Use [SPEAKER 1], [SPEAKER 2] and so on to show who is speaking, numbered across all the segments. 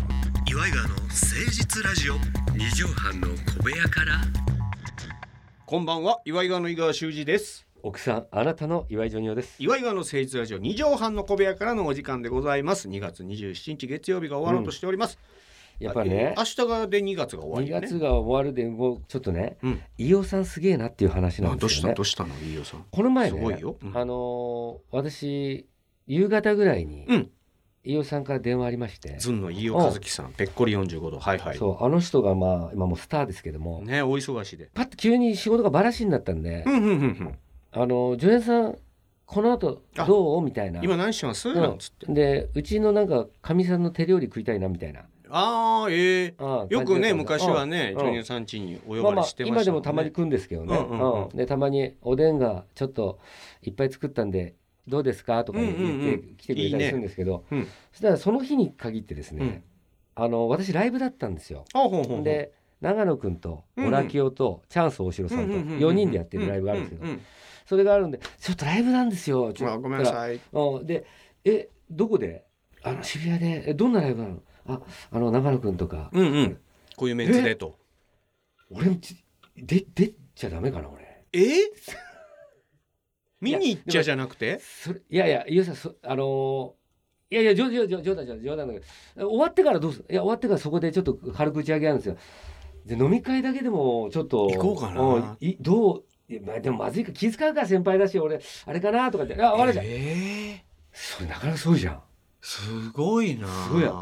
[SPEAKER 1] イガーの誠実ラジオ
[SPEAKER 2] 二畳半の小部屋から
[SPEAKER 1] こんばんは岩井川の井川修司です
[SPEAKER 2] 奥さんあなたの岩井ジョニオです
[SPEAKER 1] 岩井川の誠実ラジオ二畳半の小部屋からのお時間でございます2月27日月曜日が終わろうとしております、
[SPEAKER 2] やっぱね
[SPEAKER 1] 明日がで2月が終わ
[SPEAKER 2] 2
[SPEAKER 1] りよね
[SPEAKER 2] 月が終わるでもうちょっとね
[SPEAKER 1] うん
[SPEAKER 2] 飯尾さんすげえなっていう話な
[SPEAKER 1] あ
[SPEAKER 2] ん
[SPEAKER 1] ど
[SPEAKER 2] で
[SPEAKER 1] うし
[SPEAKER 2] すよ
[SPEAKER 1] た
[SPEAKER 2] ね
[SPEAKER 1] どうしたの飯尾さん
[SPEAKER 2] この前
[SPEAKER 1] すご
[SPEAKER 2] ね
[SPEAKER 1] いようん
[SPEAKER 2] あのー私夕方ぐらいに
[SPEAKER 1] うん
[SPEAKER 2] 飯尾さんから電話ありまして
[SPEAKER 1] ずんの飯尾和樹さんぺっこり45度はいはい
[SPEAKER 2] そうあの人がまあ今もうスターですけども
[SPEAKER 1] ねお忙しいで
[SPEAKER 2] パッと急に仕事がバラシになったんで
[SPEAKER 1] うんうんうんうん
[SPEAKER 2] あのージョニオさんこの後どうみたいな
[SPEAKER 1] 今何してます、
[SPEAKER 2] うん
[SPEAKER 1] なんつって
[SPEAKER 2] でうちのなんかかみさんの手料理食いたいなみたいな
[SPEAKER 1] ああええ
[SPEAKER 2] ああ
[SPEAKER 1] よくね昔はね
[SPEAKER 2] ねうん
[SPEAKER 1] ジョニオさん家にお呼
[SPEAKER 2] まあ
[SPEAKER 1] ば
[SPEAKER 2] ま
[SPEAKER 1] れ
[SPEAKER 2] あ
[SPEAKER 1] してま
[SPEAKER 2] 今
[SPEAKER 1] した
[SPEAKER 2] で
[SPEAKER 1] もん
[SPEAKER 2] もたまに
[SPEAKER 1] ね
[SPEAKER 2] 食うんですけどね、
[SPEAKER 1] うんうんうん
[SPEAKER 2] うんでたまにおでんがちょっといっぱい作ったんでどうですかとか言って
[SPEAKER 1] うんうんうん
[SPEAKER 2] 来てくれたりするんですけど
[SPEAKER 1] いいねうん
[SPEAKER 2] そしたらその日に限ってですね、あの私ライブだったんですよ。
[SPEAKER 1] あほうほうほう
[SPEAKER 2] で長野くんと
[SPEAKER 1] うん
[SPEAKER 2] オラキオとチャンス大城さんと4人でやってるライブがあるんですけ
[SPEAKER 1] う
[SPEAKER 2] ど
[SPEAKER 1] ううん
[SPEAKER 2] それがあるんで「ちょっとライブなんですよ」ちょっ
[SPEAKER 1] あ
[SPEAKER 2] と
[SPEAKER 1] ごめんなさい。
[SPEAKER 2] うんで「えどこであの渋谷でえどんなライブなのあ」あの長野くんとか
[SPEAKER 1] うんうん。こういうメンツでと。
[SPEAKER 2] 俺もちで出ちゃダメかな俺。
[SPEAKER 1] え？見に行っちゃじゃなくて？
[SPEAKER 2] それいやいや、ゆうさん、そあのーいやいや、冗冗冗冗談、冗談、冗談だけど、終わってからどうするいや、終わってからそこでちょっと軽く打ち上げあるんですよ。で、飲み会だけでも、ちょっと。
[SPEAKER 1] 行こうかなん
[SPEAKER 2] いどういやまあ、でもまずいか、気遣うから先輩だし、俺、あれかなとかって、あ、わかるじゃん。
[SPEAKER 1] ええ
[SPEAKER 2] それなかなかそうじゃん。
[SPEAKER 1] すごいな。
[SPEAKER 2] すごいや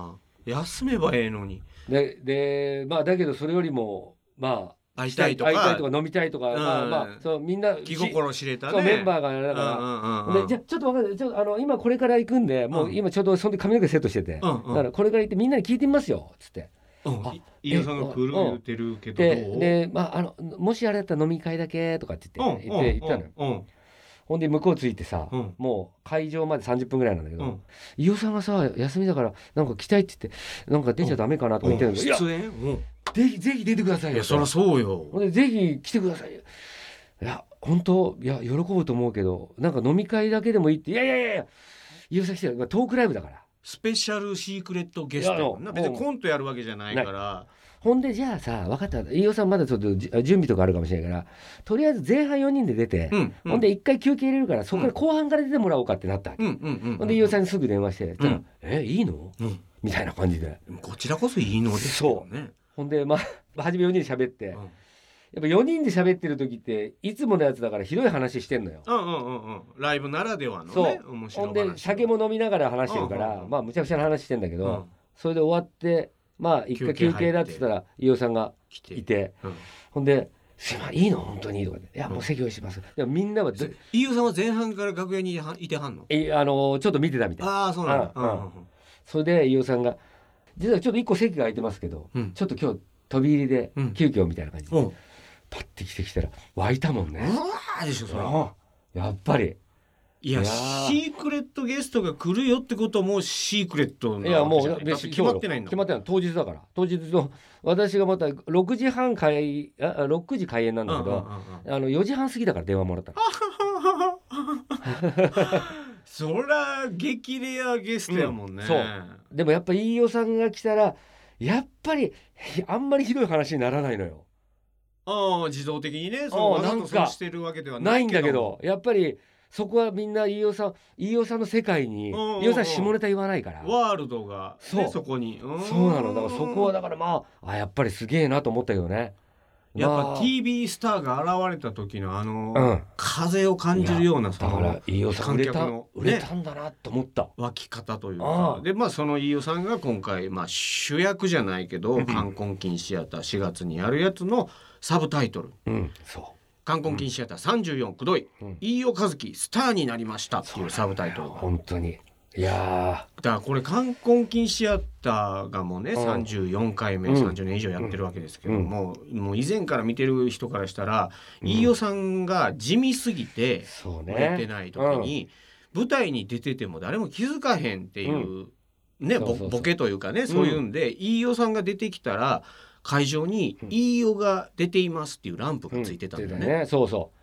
[SPEAKER 1] 休めばええのに。
[SPEAKER 2] で、で、まあ、だけど、それよりも、まあ、
[SPEAKER 1] 会いたいと
[SPEAKER 2] 会いた
[SPEAKER 1] か
[SPEAKER 2] いとか飲みたいとか、
[SPEAKER 1] うん
[SPEAKER 2] まあ、まあ、そう、みんな、
[SPEAKER 1] 気心知れた
[SPEAKER 2] そう
[SPEAKER 1] ね。
[SPEAKER 2] メンバーがあれだ
[SPEAKER 1] だ
[SPEAKER 2] から、
[SPEAKER 1] か
[SPEAKER 2] でじゃあちょっと分かんないちょっとあの今これから行くんでもう今ちょうどその時髪の毛セットしてて、
[SPEAKER 1] うんうん
[SPEAKER 2] だからこれから行ってみんなに聞いてみますよっつって
[SPEAKER 1] うん
[SPEAKER 2] あ
[SPEAKER 1] い飯尾さんが来る言ってるけどどう
[SPEAKER 2] でで、まあ、あのもしあれだったら飲み会だけとかって言って、
[SPEAKER 1] うんう
[SPEAKER 2] 言
[SPEAKER 1] ん
[SPEAKER 2] って言ったのよ、
[SPEAKER 1] うん
[SPEAKER 2] ほんで向こう着いてさ、
[SPEAKER 1] うん
[SPEAKER 2] もう会場まで30分ぐらいなんだけ
[SPEAKER 1] う
[SPEAKER 2] ど、
[SPEAKER 1] ん
[SPEAKER 2] 飯尾さんがさ休みだからなんか来たいって言ってなんか出ちゃダメかなとか言ってるんだけど、
[SPEAKER 1] 出演？うん
[SPEAKER 2] いやぜひぜひ出てくださ
[SPEAKER 1] い
[SPEAKER 2] いよ
[SPEAKER 1] や
[SPEAKER 2] と
[SPEAKER 1] そりゃそうよ。
[SPEAKER 2] ほんでぜひ来てくださいよいや本当いや喜ぶと思うけどなんか飲み会だけでもいいっていやいやいやいや飯尾さん来てるまあトークライブだから。
[SPEAKER 1] スペシャルシークレットゲストやもんな。
[SPEAKER 2] いや
[SPEAKER 1] 別にコントやるわけじゃないから。
[SPEAKER 2] ほんでじゃあさ分かった飯尾さんまだちょっとじ準備とかあるかもしれないからとりあえず前半4人で出て、
[SPEAKER 1] うん
[SPEAKER 2] ほんで1回休憩入れるからそこから後半から出てもらおうかってなったわけ、
[SPEAKER 1] うんうんうんうん。
[SPEAKER 2] ほんで飯尾さんにすぐ電話して、したら
[SPEAKER 1] うん
[SPEAKER 2] えいいの
[SPEAKER 1] うん
[SPEAKER 2] みたいな感じで
[SPEAKER 1] でもこちらこそいいのですよね。
[SPEAKER 2] ほんでまあ 初め4人で喋って、
[SPEAKER 1] うん
[SPEAKER 2] やっぱ4人で喋ってる時っていつものやつだからひどい話してんのよ。
[SPEAKER 1] うんうんうんうん。ライブならではの
[SPEAKER 2] そ
[SPEAKER 1] ね、
[SPEAKER 2] う
[SPEAKER 1] 面白い
[SPEAKER 2] ほん
[SPEAKER 1] 話。
[SPEAKER 2] で酒も飲みながら話してるか
[SPEAKER 1] うん
[SPEAKER 2] ら、
[SPEAKER 1] うんうん
[SPEAKER 2] まあむちゃくちゃな話してんだけ
[SPEAKER 1] う
[SPEAKER 2] ど、
[SPEAKER 1] ん
[SPEAKER 2] それで終わってまあ一回
[SPEAKER 1] 休憩入
[SPEAKER 2] 休
[SPEAKER 1] って
[SPEAKER 2] 憩だっつったら飯尾さんが
[SPEAKER 1] 来て
[SPEAKER 2] い。て。
[SPEAKER 1] うん
[SPEAKER 2] ほんで「すいませんいいの本当に」とかで「いやもう席用意してます」でもみんなはず
[SPEAKER 1] 飯尾さんは前半から楽屋にいてはんの
[SPEAKER 2] えあのーちょっと見てたみたい
[SPEAKER 1] ああ、そうなんだ。
[SPEAKER 2] う
[SPEAKER 1] うんんう
[SPEAKER 2] う
[SPEAKER 1] ん
[SPEAKER 2] それで飯尾さんが「実はちょっと一個席が空いてますけど、
[SPEAKER 1] うん
[SPEAKER 2] ちょっと今日飛び入りで
[SPEAKER 1] うん
[SPEAKER 2] 急遽みたいな感じで、
[SPEAKER 1] んうん。
[SPEAKER 2] パッて来てきたら湧いたもんね、
[SPEAKER 1] うわーでしょ、それ。
[SPEAKER 2] うんやっぱり
[SPEAKER 1] い
[SPEAKER 2] い
[SPEAKER 1] や、
[SPEAKER 2] やー
[SPEAKER 1] シークレットゲストが来るよってことはもうシークレット
[SPEAKER 2] い
[SPEAKER 1] な
[SPEAKER 2] や
[SPEAKER 1] わけ
[SPEAKER 2] も
[SPEAKER 1] じゃな
[SPEAKER 2] う
[SPEAKER 1] いだって決まってないんだ
[SPEAKER 2] 決
[SPEAKER 1] も
[SPEAKER 2] ま
[SPEAKER 1] ん
[SPEAKER 2] ってない当日だから当日の私がまた6時半開ああ6時開演なんだけど、
[SPEAKER 1] うんうんうんうん
[SPEAKER 2] あの4時半過ぎだから電話もらったの
[SPEAKER 1] そりゃ激レアゲストやもんね、
[SPEAKER 2] うんそうでもやっぱ飯尾さんが来たらやっぱりひあんまりひどい話にならないのよ。
[SPEAKER 1] ああ自動的にねそ
[SPEAKER 2] ああ
[SPEAKER 1] のわざ
[SPEAKER 2] なん
[SPEAKER 1] とそ
[SPEAKER 2] か
[SPEAKER 1] うしてるわけではな
[SPEAKER 2] ないいんだけ
[SPEAKER 1] も
[SPEAKER 2] どやっぱりそこはみんな飯尾さん飯尾さんの世界に
[SPEAKER 1] うんうんうん
[SPEAKER 2] 飯尾さん下ネタ言わないから。
[SPEAKER 1] ワールドが、ね、
[SPEAKER 2] そう
[SPEAKER 1] そこにーん
[SPEAKER 2] そうなのだからそこはだからまああやっぱりすげえなと思ったけどね。
[SPEAKER 1] やっ
[SPEAKER 2] ま
[SPEAKER 1] ぱ
[SPEAKER 2] あ
[SPEAKER 1] TV スターが現れた時のあの、
[SPEAKER 2] うん
[SPEAKER 1] 風を感じるようなそ
[SPEAKER 2] だか
[SPEAKER 1] の
[SPEAKER 2] ら飯尾さん売れた、
[SPEAKER 1] 観客の
[SPEAKER 2] 売れたんだなと思った。
[SPEAKER 1] 湧き方という
[SPEAKER 2] あ
[SPEAKER 1] か
[SPEAKER 2] あ
[SPEAKER 1] でまあその飯尾さんが今回、まあ、主役じゃないけど
[SPEAKER 2] うん
[SPEAKER 1] 冠婚金シアター4月にやるやつのサブタイトル
[SPEAKER 2] うんそ
[SPEAKER 1] 「冠婚金シアター34くどい、
[SPEAKER 2] うん
[SPEAKER 1] 飯尾和樹スターになりました」っていうサブタイト
[SPEAKER 2] う
[SPEAKER 1] ルが
[SPEAKER 2] 本当にいや
[SPEAKER 1] だからこれ冠婚金シアターがもうね
[SPEAKER 2] うん
[SPEAKER 1] 34回目
[SPEAKER 2] うん
[SPEAKER 1] 30年以上やってるわけですけどももう以前から見てる人からしたら
[SPEAKER 2] うん
[SPEAKER 1] 飯尾さんが地味すぎて
[SPEAKER 2] ーそう
[SPEAKER 1] 売れて
[SPEAKER 2] ね。
[SPEAKER 1] ない時に舞台に出てても誰も気づかへんっていうね
[SPEAKER 2] そうそ
[SPEAKER 1] ボ
[SPEAKER 2] うそう
[SPEAKER 1] ボケというかねそういうんで飯尾さんが出てきたら会場に
[SPEAKER 2] うん
[SPEAKER 1] 飯尾が出ていますっていうランプがついてたんだよ
[SPEAKER 2] うん出
[SPEAKER 1] ね。
[SPEAKER 2] そうそう。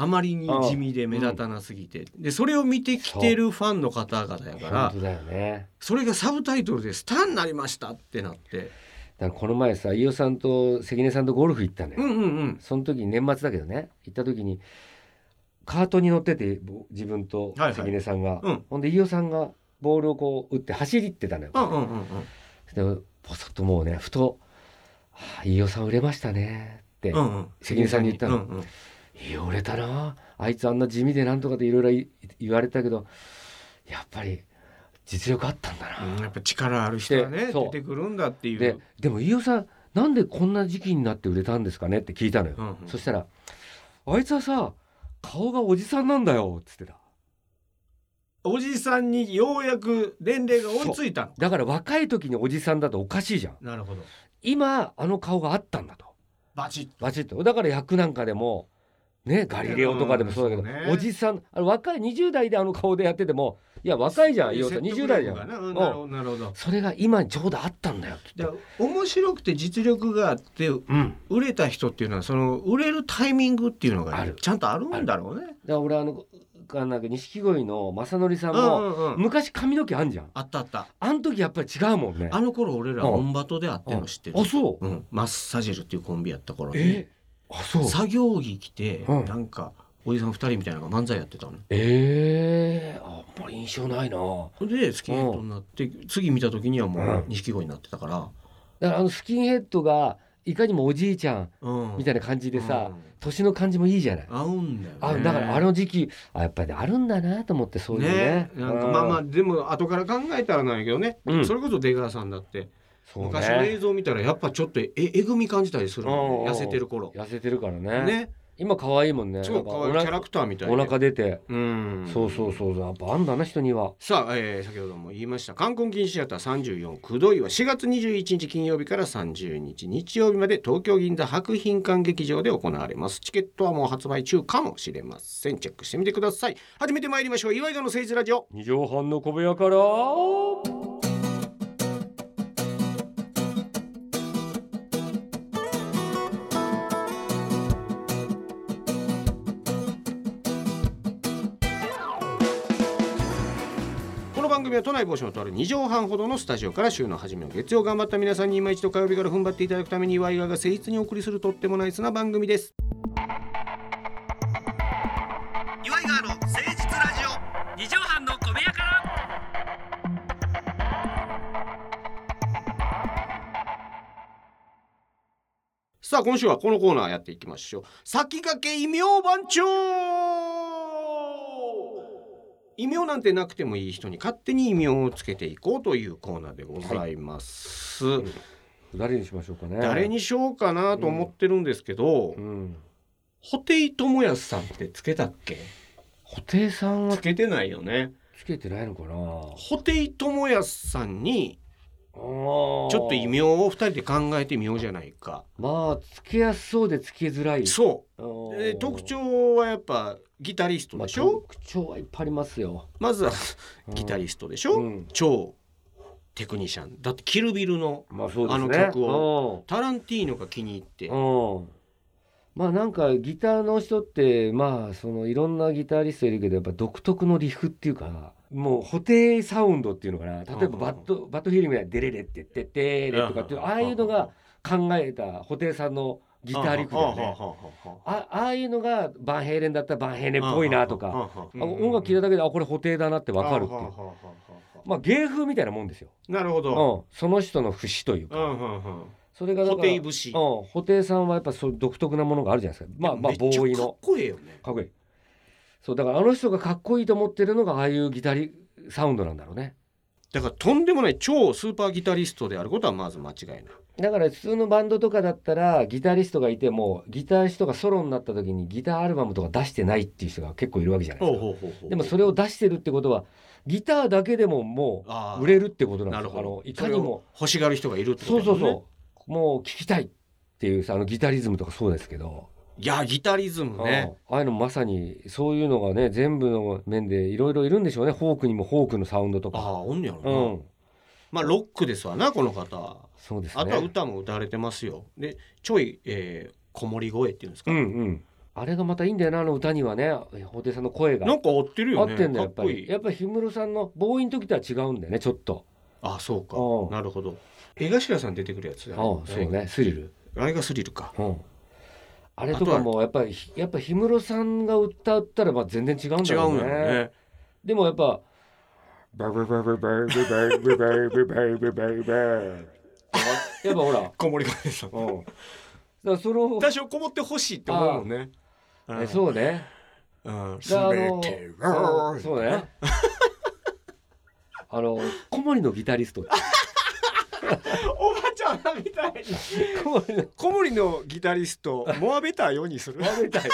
[SPEAKER 1] あまりに地味で目立たなすぎて、でそれを見てきてるファンの方々やから
[SPEAKER 2] 本当だよね
[SPEAKER 1] それがサブタイトルで「スターになりました」ってなって
[SPEAKER 2] だからこの前さ飯尾さんと関根さんとゴルフ行ったのよ、
[SPEAKER 1] うんうんうん
[SPEAKER 2] その時に年末だけどね行った時にカートに乗っててぼ自分と
[SPEAKER 1] はいはい
[SPEAKER 2] 関根さんが、
[SPEAKER 1] うん
[SPEAKER 2] ほんで飯尾さんがボールをこう打って走りってたのよ、
[SPEAKER 1] うんうんうんうん
[SPEAKER 2] でポソッともうねふと「はあ飯尾さん売れましたね」って
[SPEAKER 1] うんうん
[SPEAKER 2] 関根さんに言ったの
[SPEAKER 1] うんうん
[SPEAKER 2] 「いや売れたなあいつあんな地味でなんとか」っていろいろい言われたけどやっぱり実力あったんだな、
[SPEAKER 1] うんやっぱ力ある人がね
[SPEAKER 2] でそう
[SPEAKER 1] 出てくるんだっていう。
[SPEAKER 2] ででも飯尾さんなんでこんな時期になって売れたんですかねって聞いたのよ、
[SPEAKER 1] うんうん
[SPEAKER 2] そしたら「あいつはさ顔がおじさんなんだよ」っつってた
[SPEAKER 1] おじさんにようやく年齢が追いついたの。
[SPEAKER 2] だから若い時におじさんだとおかしいじゃん
[SPEAKER 1] なるほど。
[SPEAKER 2] 今あの顔があったんだと
[SPEAKER 1] バチッ。
[SPEAKER 2] バチッとだから役なんかでもねガリレオとかでもそうだけど、
[SPEAKER 1] うんそうね
[SPEAKER 2] おじさんあの若い20代であの顔でやっててもいや若いじゃん飯尾さん
[SPEAKER 1] 説
[SPEAKER 2] 20
[SPEAKER 1] 得
[SPEAKER 2] 代
[SPEAKER 1] 力が
[SPEAKER 2] じゃん
[SPEAKER 1] なうんなるほどなるほど。
[SPEAKER 2] それが今ちょうどあったんだよっつって
[SPEAKER 1] で面白くて実力があって
[SPEAKER 2] うん
[SPEAKER 1] 売れた人っていうのはその売れるタイミングっていうのがね
[SPEAKER 2] ある
[SPEAKER 1] ちゃんとあるんだろうね。
[SPEAKER 2] だから俺あのあなんか錦鯉の正則さ
[SPEAKER 1] うんん
[SPEAKER 2] も、
[SPEAKER 1] うんうん。
[SPEAKER 2] 昔髪の毛あんじゃん
[SPEAKER 1] あったあった。
[SPEAKER 2] あの時やっぱり違うもんね
[SPEAKER 1] あの頃俺ら
[SPEAKER 2] うん
[SPEAKER 1] オンバトで会ってるの知ってる
[SPEAKER 2] あ。そ
[SPEAKER 1] う
[SPEAKER 2] う
[SPEAKER 1] ん。マッサージェルっていうコンビやった頃に
[SPEAKER 2] えあそう
[SPEAKER 1] 作業着着て
[SPEAKER 2] うん
[SPEAKER 1] なんかおじさん二人みたいなのが漫才やってたの。
[SPEAKER 2] ええあんまり印象ないな
[SPEAKER 1] でスキンヘッドになって次見た時にはも
[SPEAKER 2] うん
[SPEAKER 1] う錦鯉になってたから。
[SPEAKER 2] だからあのスキンヘッドがいかにもおじいちゃん
[SPEAKER 1] うん
[SPEAKER 2] みたいな感じでさ、
[SPEAKER 1] うん
[SPEAKER 2] 年の感じもいいじゃない
[SPEAKER 1] 合うんだよね。
[SPEAKER 2] あだからあの時期あやっぱりあるんだなと思ってそういうね
[SPEAKER 1] ねなんかまあまあでも後から考えたらなんやけどね、
[SPEAKER 2] うん
[SPEAKER 1] それこそ出川さんだって、
[SPEAKER 2] そうね
[SPEAKER 1] 昔の映像見たらやっぱちょっとええぐみ感じたりするもんね
[SPEAKER 2] うん
[SPEAKER 1] 痩せてる頃
[SPEAKER 2] 痩せてるからね
[SPEAKER 1] ね
[SPEAKER 2] 今可愛いもんね
[SPEAKER 1] 超可愛いキ
[SPEAKER 2] な
[SPEAKER 1] ャ
[SPEAKER 2] んか
[SPEAKER 1] ラクターみたい
[SPEAKER 2] お
[SPEAKER 1] な
[SPEAKER 2] 腹お腹出て、
[SPEAKER 1] うん
[SPEAKER 2] そうそうそうやっぱあんだな人には
[SPEAKER 1] さあ、えー先ほども言いました冠婚金シアター34くどいは4月21日金曜日から30日日曜日まで東京銀座博品館劇場で行われますチケットはもう発売中かもしれませんチェックしてみてください初めて参りましょう岩井川の誠治ラジオ
[SPEAKER 2] 二畳半の小部屋から
[SPEAKER 1] この番組は都内某所のとある2畳半ほどのスタジオから週の初めの月曜頑張った皆さんに今一度火曜日から踏ん張っていただくために岩井川が誠実にお送りするとってもナイスな番組です岩井川の誠実ラジオ
[SPEAKER 2] 二畳半の小部屋から
[SPEAKER 1] さあ今週はこのコーナーやっていきましょう先駆け異名番長異名なんてなくてもいい人に勝手に異名をつけていこうというコーナーでございます、
[SPEAKER 2] い誰にしましょうかね
[SPEAKER 1] 誰にしようかなと思ってるんですけど、
[SPEAKER 2] うん
[SPEAKER 1] 布袋寅泰さんってつけたっけ
[SPEAKER 2] 布袋さんは
[SPEAKER 1] つけてないよね
[SPEAKER 2] つけてないのかな
[SPEAKER 1] 布袋寅泰さんに
[SPEAKER 2] あー
[SPEAKER 1] ちょっと異名を二人で考えてみようじゃないか
[SPEAKER 2] まあつけやすそうでつけづらい
[SPEAKER 1] そ
[SPEAKER 2] あー
[SPEAKER 1] うで特徴はやっぱギタリスト
[SPEAKER 2] まあ
[SPEAKER 1] でしょ、
[SPEAKER 2] 特徴はいっぱいありますよ
[SPEAKER 1] まずはギタリストでしょ、
[SPEAKER 2] うん
[SPEAKER 1] 超テクニシャンだってキルビルの
[SPEAKER 2] まあそうですね
[SPEAKER 1] あの曲
[SPEAKER 2] を
[SPEAKER 1] タランティーノが気に入って
[SPEAKER 2] うんまあなんかギターの人ってまあそのいろんなギタリストいるけどやっぱ独特のリフっていうかもう布袋サウンドっていうのかな例
[SPEAKER 1] う
[SPEAKER 2] え
[SPEAKER 1] んうんう
[SPEAKER 2] ば
[SPEAKER 1] ん
[SPEAKER 2] バッド、バッドフィールみたいな「デレレってってってレ」とかっていうああいうのが考えた布袋さんのギターリフだよね
[SPEAKER 1] はあはあはあはあ
[SPEAKER 2] あああいうのがバンヘイレンだったらバンヘイレンっぽいなとか
[SPEAKER 1] はあはあ
[SPEAKER 2] あ音楽聴いただけであこれ布袋だなってわかるってい
[SPEAKER 1] はあ
[SPEAKER 2] う
[SPEAKER 1] はあはあはあは
[SPEAKER 2] まあ芸風みたいなもんですよ、
[SPEAKER 1] あなるほ
[SPEAKER 2] うん
[SPEAKER 1] ど、、
[SPEAKER 2] その人の節という
[SPEAKER 1] う
[SPEAKER 2] か、
[SPEAKER 1] んうんうん、
[SPEAKER 2] それがだ
[SPEAKER 1] 布
[SPEAKER 2] から
[SPEAKER 1] 袋節
[SPEAKER 2] うん、布袋さんはやっぱそう独特なものがあるじゃないですかまあまあ
[SPEAKER 1] めっ
[SPEAKER 2] ボ
[SPEAKER 1] ちゃ
[SPEAKER 2] ーイ
[SPEAKER 1] かっ
[SPEAKER 2] の
[SPEAKER 1] こええよね
[SPEAKER 2] かっこいいそうだからあの人がかっこいいと思ってるのがああいうギタリサウンドなんだろうね
[SPEAKER 1] だからとんでもない超スーパーギタリストであることはまず間違いない。
[SPEAKER 2] だから普通のバンドとかだったらギタリストがいてもギタリストがソロになった時にギターアルバムとか出してないっていう人が結構いるわけじゃないですか
[SPEAKER 1] ほうほうほ
[SPEAKER 2] でもそれを出してるってことはギターだけでももう売れ
[SPEAKER 1] る
[SPEAKER 2] るってことな
[SPEAKER 1] な
[SPEAKER 2] んです
[SPEAKER 1] るほ
[SPEAKER 2] よあ
[SPEAKER 1] ど
[SPEAKER 2] の。いかにも
[SPEAKER 1] 欲しがる人がいるってこと
[SPEAKER 2] そう
[SPEAKER 1] だも
[SPEAKER 2] そう
[SPEAKER 1] ね
[SPEAKER 2] んそうもう聞きたいっていうさあのギタリズムとかそうですけど、
[SPEAKER 1] いやギタリズムね。
[SPEAKER 2] うんああいうのまさにそういうのがね全部の面でいろいろいるんでしょうねフォークにもフォークのサウンドと
[SPEAKER 1] あ
[SPEAKER 2] か
[SPEAKER 1] あおんねやろ
[SPEAKER 2] う
[SPEAKER 1] な、
[SPEAKER 2] ん
[SPEAKER 1] まあロックですわなこの方は。
[SPEAKER 2] そうですね
[SPEAKER 1] あとは歌も歌われてますよ。でちょい、えー、子守声っていうんですか、
[SPEAKER 2] うんうんあれがまたいいんだよなあの歌にはね布袋さんの声が
[SPEAKER 1] なんか合ってる
[SPEAKER 2] 合
[SPEAKER 1] よね
[SPEAKER 2] ってんだよやっ
[SPEAKER 1] か
[SPEAKER 2] ぱ
[SPEAKER 1] っこい
[SPEAKER 2] り
[SPEAKER 1] い
[SPEAKER 2] やっぱり氷室さんのボーイの時とは違うんだよねちょっと
[SPEAKER 1] あそうか
[SPEAKER 2] うん
[SPEAKER 1] なるほど江頭さん出てくるやつだ
[SPEAKER 2] ああそうねスリル
[SPEAKER 1] あれがスリルか
[SPEAKER 2] うんあれとかもやっぱりやっぱ氷室さんが歌ったらまあ全然違うん
[SPEAKER 1] 違
[SPEAKER 2] だろ
[SPEAKER 1] う
[SPEAKER 2] うんね
[SPEAKER 1] だろうね
[SPEAKER 2] でもやっぱ
[SPEAKER 3] バブバブバブバブバブバブバブバ
[SPEAKER 2] やっぱほら
[SPEAKER 1] こもりがねさん
[SPEAKER 2] うんだからその
[SPEAKER 1] 多少こもってほしいって思うもんねうん
[SPEAKER 2] えそうね
[SPEAKER 1] うん
[SPEAKER 2] だからあ
[SPEAKER 1] 全
[SPEAKER 2] の
[SPEAKER 1] て
[SPEAKER 2] そ
[SPEAKER 1] は
[SPEAKER 2] うそうねあの小森のギタリスト
[SPEAKER 1] おばちゃんみたい
[SPEAKER 2] 小森の
[SPEAKER 1] 小森のギタリストモアベターようにす る
[SPEAKER 2] みたいよ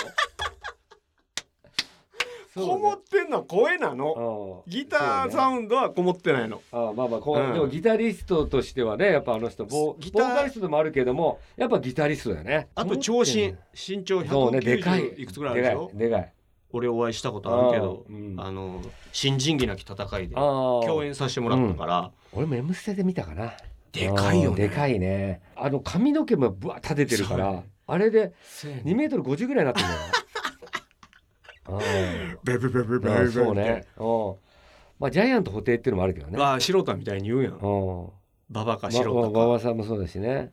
[SPEAKER 1] こもってんのは声なのギターサ
[SPEAKER 2] ん
[SPEAKER 1] ウンドはこもってないの
[SPEAKER 2] あまあまあこう、
[SPEAKER 1] うん
[SPEAKER 2] でもギタリストとしてはねやっぱあの人ボー
[SPEAKER 1] ギタ
[SPEAKER 2] ボ
[SPEAKER 1] ー
[SPEAKER 2] ーカリストでもあるけどもやっぱギタリストだよね
[SPEAKER 1] あと長身
[SPEAKER 2] ね
[SPEAKER 1] 身長
[SPEAKER 2] そうねでかい
[SPEAKER 1] 190いくつぐらいあるでしょ
[SPEAKER 2] でかいでかい
[SPEAKER 1] 俺お会いしたことあるけど
[SPEAKER 2] あーうん
[SPEAKER 1] あの新人気なき戦いで
[SPEAKER 2] あー
[SPEAKER 1] 共演させてもらったから
[SPEAKER 2] 俺も「M ステ」で見たかな
[SPEAKER 1] でかいよ
[SPEAKER 2] うん
[SPEAKER 1] ね
[SPEAKER 2] でかいねあの髪の毛もぶわ立ててるか
[SPEAKER 1] そう
[SPEAKER 2] らあれで
[SPEAKER 1] せーの
[SPEAKER 2] 2メートル50ぐらいになっ てるんだよ
[SPEAKER 3] ブブバブ
[SPEAKER 2] うん
[SPEAKER 3] バ
[SPEAKER 2] う
[SPEAKER 3] ブ
[SPEAKER 2] んそうねうんまあジャイアント布袋っていうのもあるけどね
[SPEAKER 1] ああ素人みたいに言うやん
[SPEAKER 2] うん
[SPEAKER 1] ババか素
[SPEAKER 2] ま
[SPEAKER 1] 人
[SPEAKER 2] わわ
[SPEAKER 1] か
[SPEAKER 2] わさんもそうだしね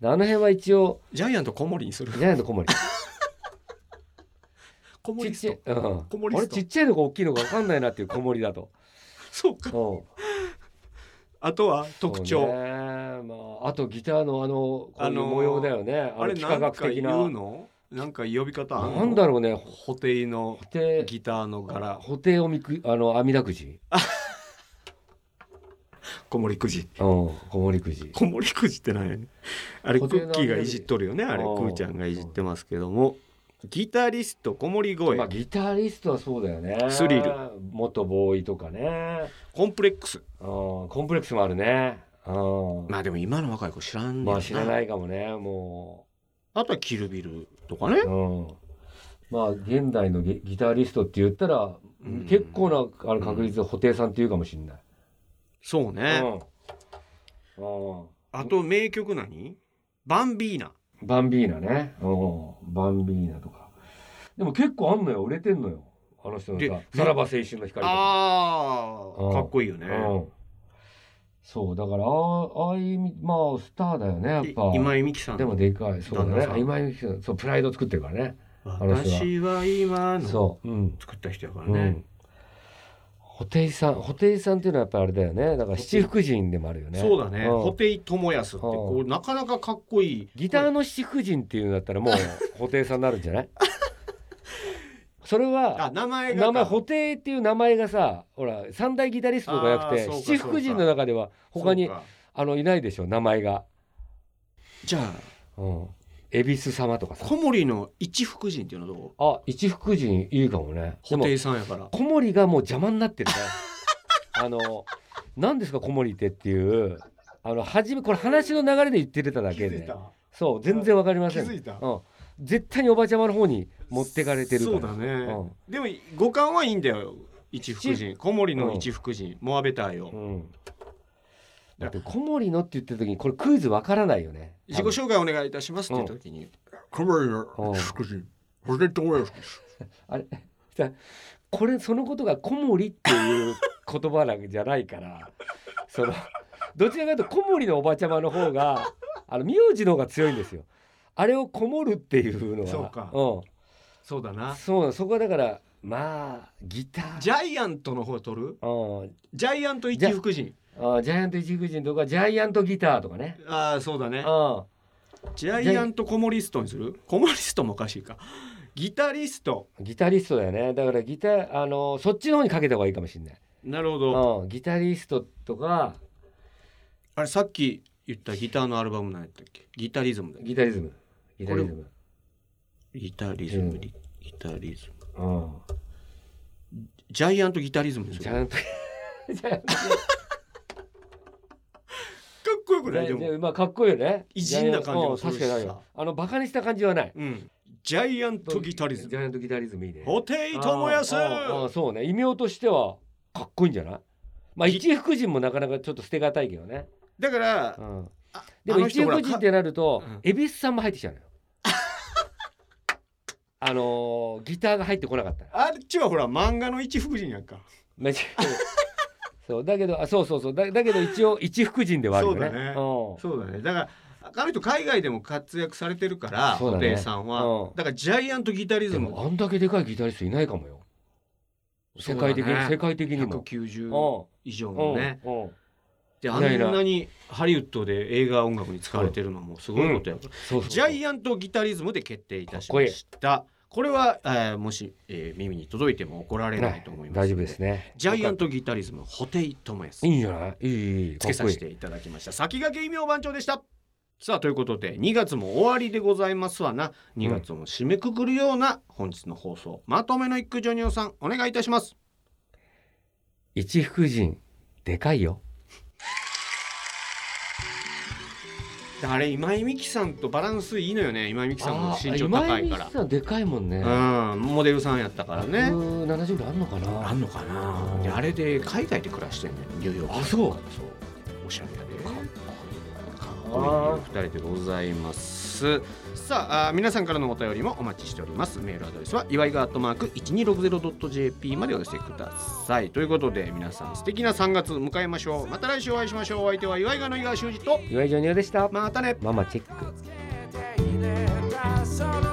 [SPEAKER 2] であの辺は一応
[SPEAKER 1] ジャイアント小森にする
[SPEAKER 2] ジャイアント小森
[SPEAKER 1] 小
[SPEAKER 2] ち
[SPEAKER 1] 森
[SPEAKER 2] っ
[SPEAKER 1] リス
[SPEAKER 2] ちゃい
[SPEAKER 1] ト、
[SPEAKER 2] うん、
[SPEAKER 1] 小森スト
[SPEAKER 2] あれちっちゃいのか大きいのか分かんないなっていう小森だと、
[SPEAKER 1] そうか
[SPEAKER 2] うん、
[SPEAKER 1] あとは特
[SPEAKER 2] そう
[SPEAKER 1] 徴
[SPEAKER 2] ねまあ、あとギターのあのこう
[SPEAKER 1] あ
[SPEAKER 2] いう
[SPEAKER 1] のー
[SPEAKER 2] 模様だよねあ
[SPEAKER 1] あ
[SPEAKER 2] れ
[SPEAKER 1] れ
[SPEAKER 2] 幾
[SPEAKER 1] な
[SPEAKER 2] 何
[SPEAKER 1] ん
[SPEAKER 2] 学
[SPEAKER 1] か
[SPEAKER 2] 的
[SPEAKER 1] 言
[SPEAKER 2] な
[SPEAKER 1] うのなんか呼び方あんの
[SPEAKER 2] なんだろうねほ
[SPEAKER 1] ホテイの
[SPEAKER 2] て
[SPEAKER 1] ギターの柄
[SPEAKER 2] 布袋をみくあの網だくじ、
[SPEAKER 1] 小森くじ
[SPEAKER 2] うん、小森くじ
[SPEAKER 1] 小森くじってなんやねあれク
[SPEAKER 2] 固定の
[SPEAKER 1] ッキーがいじっとるよねあれ
[SPEAKER 2] あ
[SPEAKER 1] く
[SPEAKER 2] ー
[SPEAKER 1] ーちゃんがいじってますけどもギタリスト小森声
[SPEAKER 2] まあギタリストはそうだよね
[SPEAKER 1] スリル
[SPEAKER 2] 元ボーイとかね、
[SPEAKER 1] コンプレックス
[SPEAKER 2] うん、コンプレックスもあるね、うん
[SPEAKER 1] まあでも今の若い子知らんねん
[SPEAKER 2] まあ知ら
[SPEAKER 1] い
[SPEAKER 2] ないかもねもう。
[SPEAKER 1] あとはキルビルとかね
[SPEAKER 2] うん、まあ現代のギギタリストって言ったら、
[SPEAKER 1] うん
[SPEAKER 2] 結構なあの確率で布袋さんっていうかもしれない。
[SPEAKER 1] そうね
[SPEAKER 2] うんうん
[SPEAKER 1] あと名曲何バンビーナ
[SPEAKER 2] バンビーナね、うん、バンビーナとかでも結構あんのよ売れてんのよあの人の
[SPEAKER 1] で
[SPEAKER 2] さ「さらば青春の光」とか。
[SPEAKER 1] あ
[SPEAKER 2] う
[SPEAKER 1] ー
[SPEAKER 2] ん
[SPEAKER 1] かっこいいよね
[SPEAKER 2] うんそうだからああああいうまあスターだよねやっ
[SPEAKER 1] い
[SPEAKER 2] ぱ
[SPEAKER 1] 今井美樹さん
[SPEAKER 2] でもでかいそう
[SPEAKER 1] 旦那
[SPEAKER 2] だ
[SPEAKER 1] さ
[SPEAKER 2] ね
[SPEAKER 1] ん
[SPEAKER 2] 今井美樹さんそうプライド作ってるからねの人は
[SPEAKER 1] 私は今の
[SPEAKER 2] そううん
[SPEAKER 1] 作った人やから
[SPEAKER 2] う
[SPEAKER 1] ね
[SPEAKER 2] ん、布袋さん布袋さんっていうのはやっぱあれだよねだから七福神でもあるよね
[SPEAKER 1] そうだね
[SPEAKER 2] ん
[SPEAKER 1] 布袋寅泰ってこ
[SPEAKER 2] う
[SPEAKER 1] うなかなかかっこいい
[SPEAKER 2] ギターの七福神っていうんだったら もう布袋さんになるんじゃないそれ は
[SPEAKER 1] あ名前が
[SPEAKER 2] 名前布袋っていう名前がさほら三大ギタリストとかなく
[SPEAKER 1] あー
[SPEAKER 2] て
[SPEAKER 1] そうか
[SPEAKER 2] 七福神の中では他に
[SPEAKER 1] そうか
[SPEAKER 2] あのいないでしょ名前が
[SPEAKER 1] じゃあ
[SPEAKER 2] うん恵比寿様とかさ
[SPEAKER 1] 小森の一福神っていうのはどう
[SPEAKER 2] あ一福神いいかもね
[SPEAKER 1] 布
[SPEAKER 2] でも
[SPEAKER 1] 袋さんやから
[SPEAKER 2] 小森がもう邪魔になってるね あの何ですか小森ってっていうあの初めこれ話の流れで言ってただけでそう全然わかりません
[SPEAKER 1] 気づいた
[SPEAKER 2] うん、絶対におばちゃまの方に持ってかれてるから
[SPEAKER 1] そうだね
[SPEAKER 2] ん
[SPEAKER 1] でも五感はいいんだよ一福神小森の一福神モアベターよ
[SPEAKER 2] うんだって小森のって言ってる時にこれクイズわからないよね
[SPEAKER 1] 自己紹介お願いいたしますっていう時に
[SPEAKER 3] カメラの福神ホテトモヤス
[SPEAKER 2] これそのことが小森っていう言葉なんじゃないから そのどちらかというと小森のおばちゃまの方があの名字の方が強いんですよ。あれを「こもる」っていうのは
[SPEAKER 1] そうか
[SPEAKER 2] う
[SPEAKER 1] そうだ
[SPEAKER 2] ん、
[SPEAKER 1] な
[SPEAKER 2] そうなのそこはだからまあギター
[SPEAKER 1] ジャイアントの方取る
[SPEAKER 2] うん
[SPEAKER 1] ジャイアント一福神
[SPEAKER 2] あジャイアント一福神とかジャイアントギターとかね。
[SPEAKER 1] ああそうだね
[SPEAKER 2] あ
[SPEAKER 1] ジャイアントコモリストにするコモリストもおかしいかギタリスト
[SPEAKER 2] ギタリストだよねだからギターあのそっちの方にかけた方がいいかもしれない、
[SPEAKER 1] なるほど
[SPEAKER 2] うん、ギタリストとか
[SPEAKER 1] あれさっき言ったギターのアルバム何やったっけギタリズムだっけ
[SPEAKER 2] ギタリズムギタリズム、
[SPEAKER 1] ギタリズム、
[SPEAKER 2] うん
[SPEAKER 1] ギタリズム
[SPEAKER 2] うん、
[SPEAKER 1] ジャイアントギタリズムにする
[SPEAKER 2] ジ
[SPEAKER 1] か
[SPEAKER 2] ャイアント ジャイアント
[SPEAKER 1] っこよくない
[SPEAKER 2] い
[SPEAKER 1] で
[SPEAKER 2] やい
[SPEAKER 1] も
[SPEAKER 2] やまあかっこいいよね。
[SPEAKER 1] 偉人な感じも
[SPEAKER 2] うん
[SPEAKER 1] するし
[SPEAKER 2] 確かにあるよ。あのバカにした感じはない。
[SPEAKER 1] うんジャイアントギタリズ
[SPEAKER 2] ジ
[SPEAKER 1] ム
[SPEAKER 2] ャイアントギタリズムいいね。
[SPEAKER 1] 布袋寅泰
[SPEAKER 2] ああああそうね。異名としてはかっこいいんじゃない。まあ
[SPEAKER 1] ぎ
[SPEAKER 2] 一福神もなかなかちょっと捨てがたいけどね。
[SPEAKER 1] だから
[SPEAKER 2] うん。
[SPEAKER 1] あ
[SPEAKER 2] で
[SPEAKER 1] あ
[SPEAKER 2] も
[SPEAKER 1] の
[SPEAKER 2] 一
[SPEAKER 1] 人ほら
[SPEAKER 2] 福神ってなると
[SPEAKER 1] うん
[SPEAKER 2] 恵比寿さんも入ってきちゃうのよ。あのーギターが入ってこなかったの
[SPEAKER 1] あっちはほら漫画の一福神やんか
[SPEAKER 2] めちゃそうだけどあそうそうそうだだけど一応一福神ではあるよね
[SPEAKER 1] そうだね
[SPEAKER 2] うん
[SPEAKER 1] そうだねだから彼と海外でも活躍されてるから
[SPEAKER 2] そうだ
[SPEAKER 1] 布
[SPEAKER 2] ね
[SPEAKER 1] 袋、さんは、
[SPEAKER 2] うん
[SPEAKER 1] だからジャイアントギタリズ
[SPEAKER 2] で
[SPEAKER 1] ム
[SPEAKER 2] もあんだけでかいギタリストいないかもよ世界的に、
[SPEAKER 1] そうだね
[SPEAKER 2] 世界的にも
[SPEAKER 1] 190以上のね、
[SPEAKER 2] うんうんうん
[SPEAKER 1] であ
[SPEAKER 2] いないいない
[SPEAKER 1] んなにハリウッドで映画音楽に使われてるのもすごいことやから、
[SPEAKER 2] そうそうそう
[SPEAKER 1] ジャイアントギタリズムで決定いたしましたこれは、えーもし、えー耳に届いても怒られないと思います、
[SPEAKER 2] 大丈夫ですね
[SPEAKER 1] ジャイアントギタリズム布袋寅泰
[SPEAKER 2] いいんじゃないいいいいいい
[SPEAKER 1] つけ
[SPEAKER 2] かっ
[SPEAKER 1] さ
[SPEAKER 2] こいい
[SPEAKER 1] せていただきました先駆け異名番長でしたさあということで2月も終わりでございますわな2月も締めくくるような本日の放送、まとめの一句ジョニオさんお願いいたします
[SPEAKER 2] 一福神でかいよ
[SPEAKER 1] であれ今井美樹さんとバランスいいのよね今井美樹さんも
[SPEAKER 2] あー
[SPEAKER 1] 身長高い
[SPEAKER 2] 今井
[SPEAKER 1] か
[SPEAKER 2] 美
[SPEAKER 1] ら
[SPEAKER 2] 樹さんでかいもんね
[SPEAKER 1] うん、モデルさんやったからね。
[SPEAKER 2] 170ぐらいあんのかな
[SPEAKER 1] あんのかな。であれで海外で暮らしてんねんニューヨーク。
[SPEAKER 2] あそう
[SPEAKER 1] そう。おしゃれやで。
[SPEAKER 2] かっ
[SPEAKER 1] かっこいい二人でございます。さああー皆さんからのお便りもお待ちしております。メールアドレスは祝いがアットマーク 1260.jp までお寄せください。ということで皆さん素敵な3月迎えましょう。また来週お会いしましょう。お相手は祝いがの井川修司と
[SPEAKER 2] 岩井ジョニオでした
[SPEAKER 1] またね。
[SPEAKER 2] ママチェック
[SPEAKER 4] 「つけて入れたその